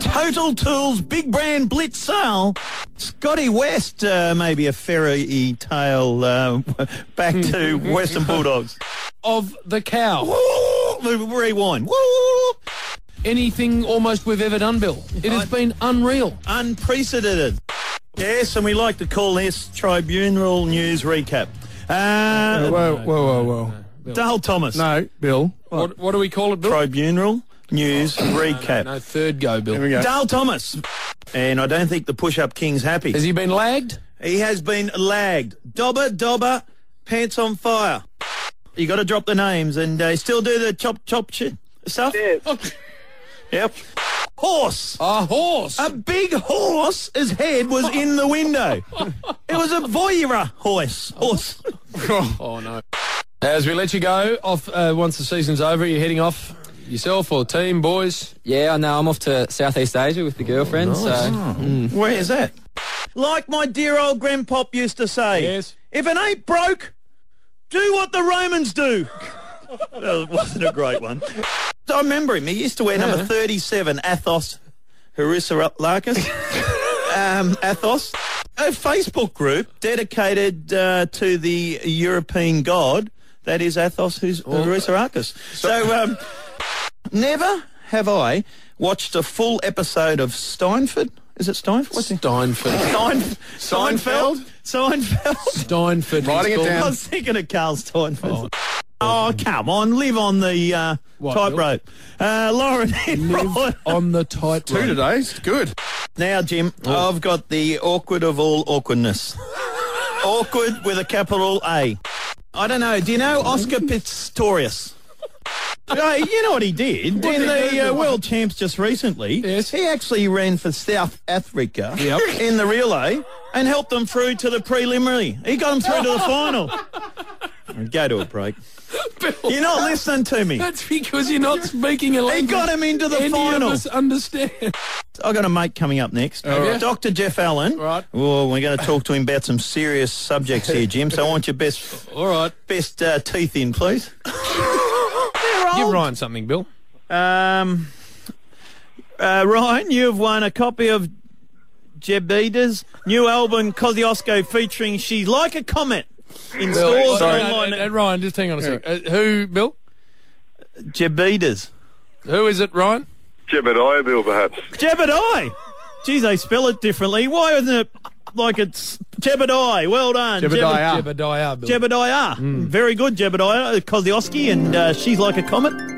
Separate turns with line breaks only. Total Tools Big Brand Blitz Sale. Scotty West uh, maybe a fairy tale uh, back to Western Bulldogs.
Of the cow.
Woo! Rewind. Woo!
Anything almost we've ever done, Bill. It has been unreal.
Unprecedented. Yes, and we like to call this tribunal news recap. Uh,
Whoa, whoa, whoa, whoa.
Dale Thomas.
No, Bill.
What, what do we call it, Bill?
Tribunal news recap.
Oh, No, third go,
Here
Bill.
we go.
Dale Thomas. And I don't think the push-up king's happy.
Has he been lagged?
He has been lagged. Dobber, dobber, pants on fire. You got to drop the names and uh, still do the chop, chop shit stuff. Yep. Horse.
A horse.
A big horse. His head was in the window. it was a voyeur horse. Horse.
Oh no. As we let you go off uh, once the season's over, you're heading off yourself or team boys.
Yeah, no, I'm off to Southeast Asia with the girlfriend. So
Where is that? Like my dear old grandpop used to say.
Yes.
If it ain't broke, do what the Romans do. that wasn't a great one. I remember him. He used to wear number 37, Athos Harissaralakis. um, Athos. A Facebook group dedicated uh, to the European god. That is Athos who's Harissaralakis. So um, never have I watched a full episode of Steinford. Is it Steinford? What's it?
Steinford.
Stein-
Seinfeld?
Seinfeld.
Steinford.
Writing it
It's called-
I
down.
was thinking of Carl Steinfeld. Oh, come on. Live on the uh,
What,
tightrope. Uh, Lauren Enright.
Live on the tight
Two today. It's good.
Now, Jim,
Oh.
I've got the awkward of all awkwardness. awkward with a capital A. I don't know. Do you know Oscar Pistorius? Hey, you know what he did in the uh, World Champs just recently?
Yes.
He actually ran for South Africa
Yep.
in the relay and helped them through to the preliminary. He got them through to the final. Go to a break. You're not listening to me.
That's because you're not speaking a language.
got him into the
any
final.
Of us understand.
I got a mate coming up next,
right.
Dr. Jeff Allen.
Right.
Well, we're going to talk to him about some serious subjects here, Jim. So I want your best
All right.
best uh, teeth in, please.
Give Ryan something, Bill.
Um, uh, Ryan, you have won a copy of Jebeda's new album Kosciuszko featuring "She's Like a Comet" in stores
Sorry.
and online.
Uh, uh, Ryan, just hang on a sec. Uh, who, Bill?
Jebeda's.
Who is it, Ryan?
Jebediah Bill, perhaps.
Jebedai. Geez, they spell it differently. Why isn't it like it's Jebedai? Well done, Jebed-
Jebediah.
Jebediah, Bill.
Jebediah. Very good, Jebediah. Kozlowski and uh, She's Like a Comet.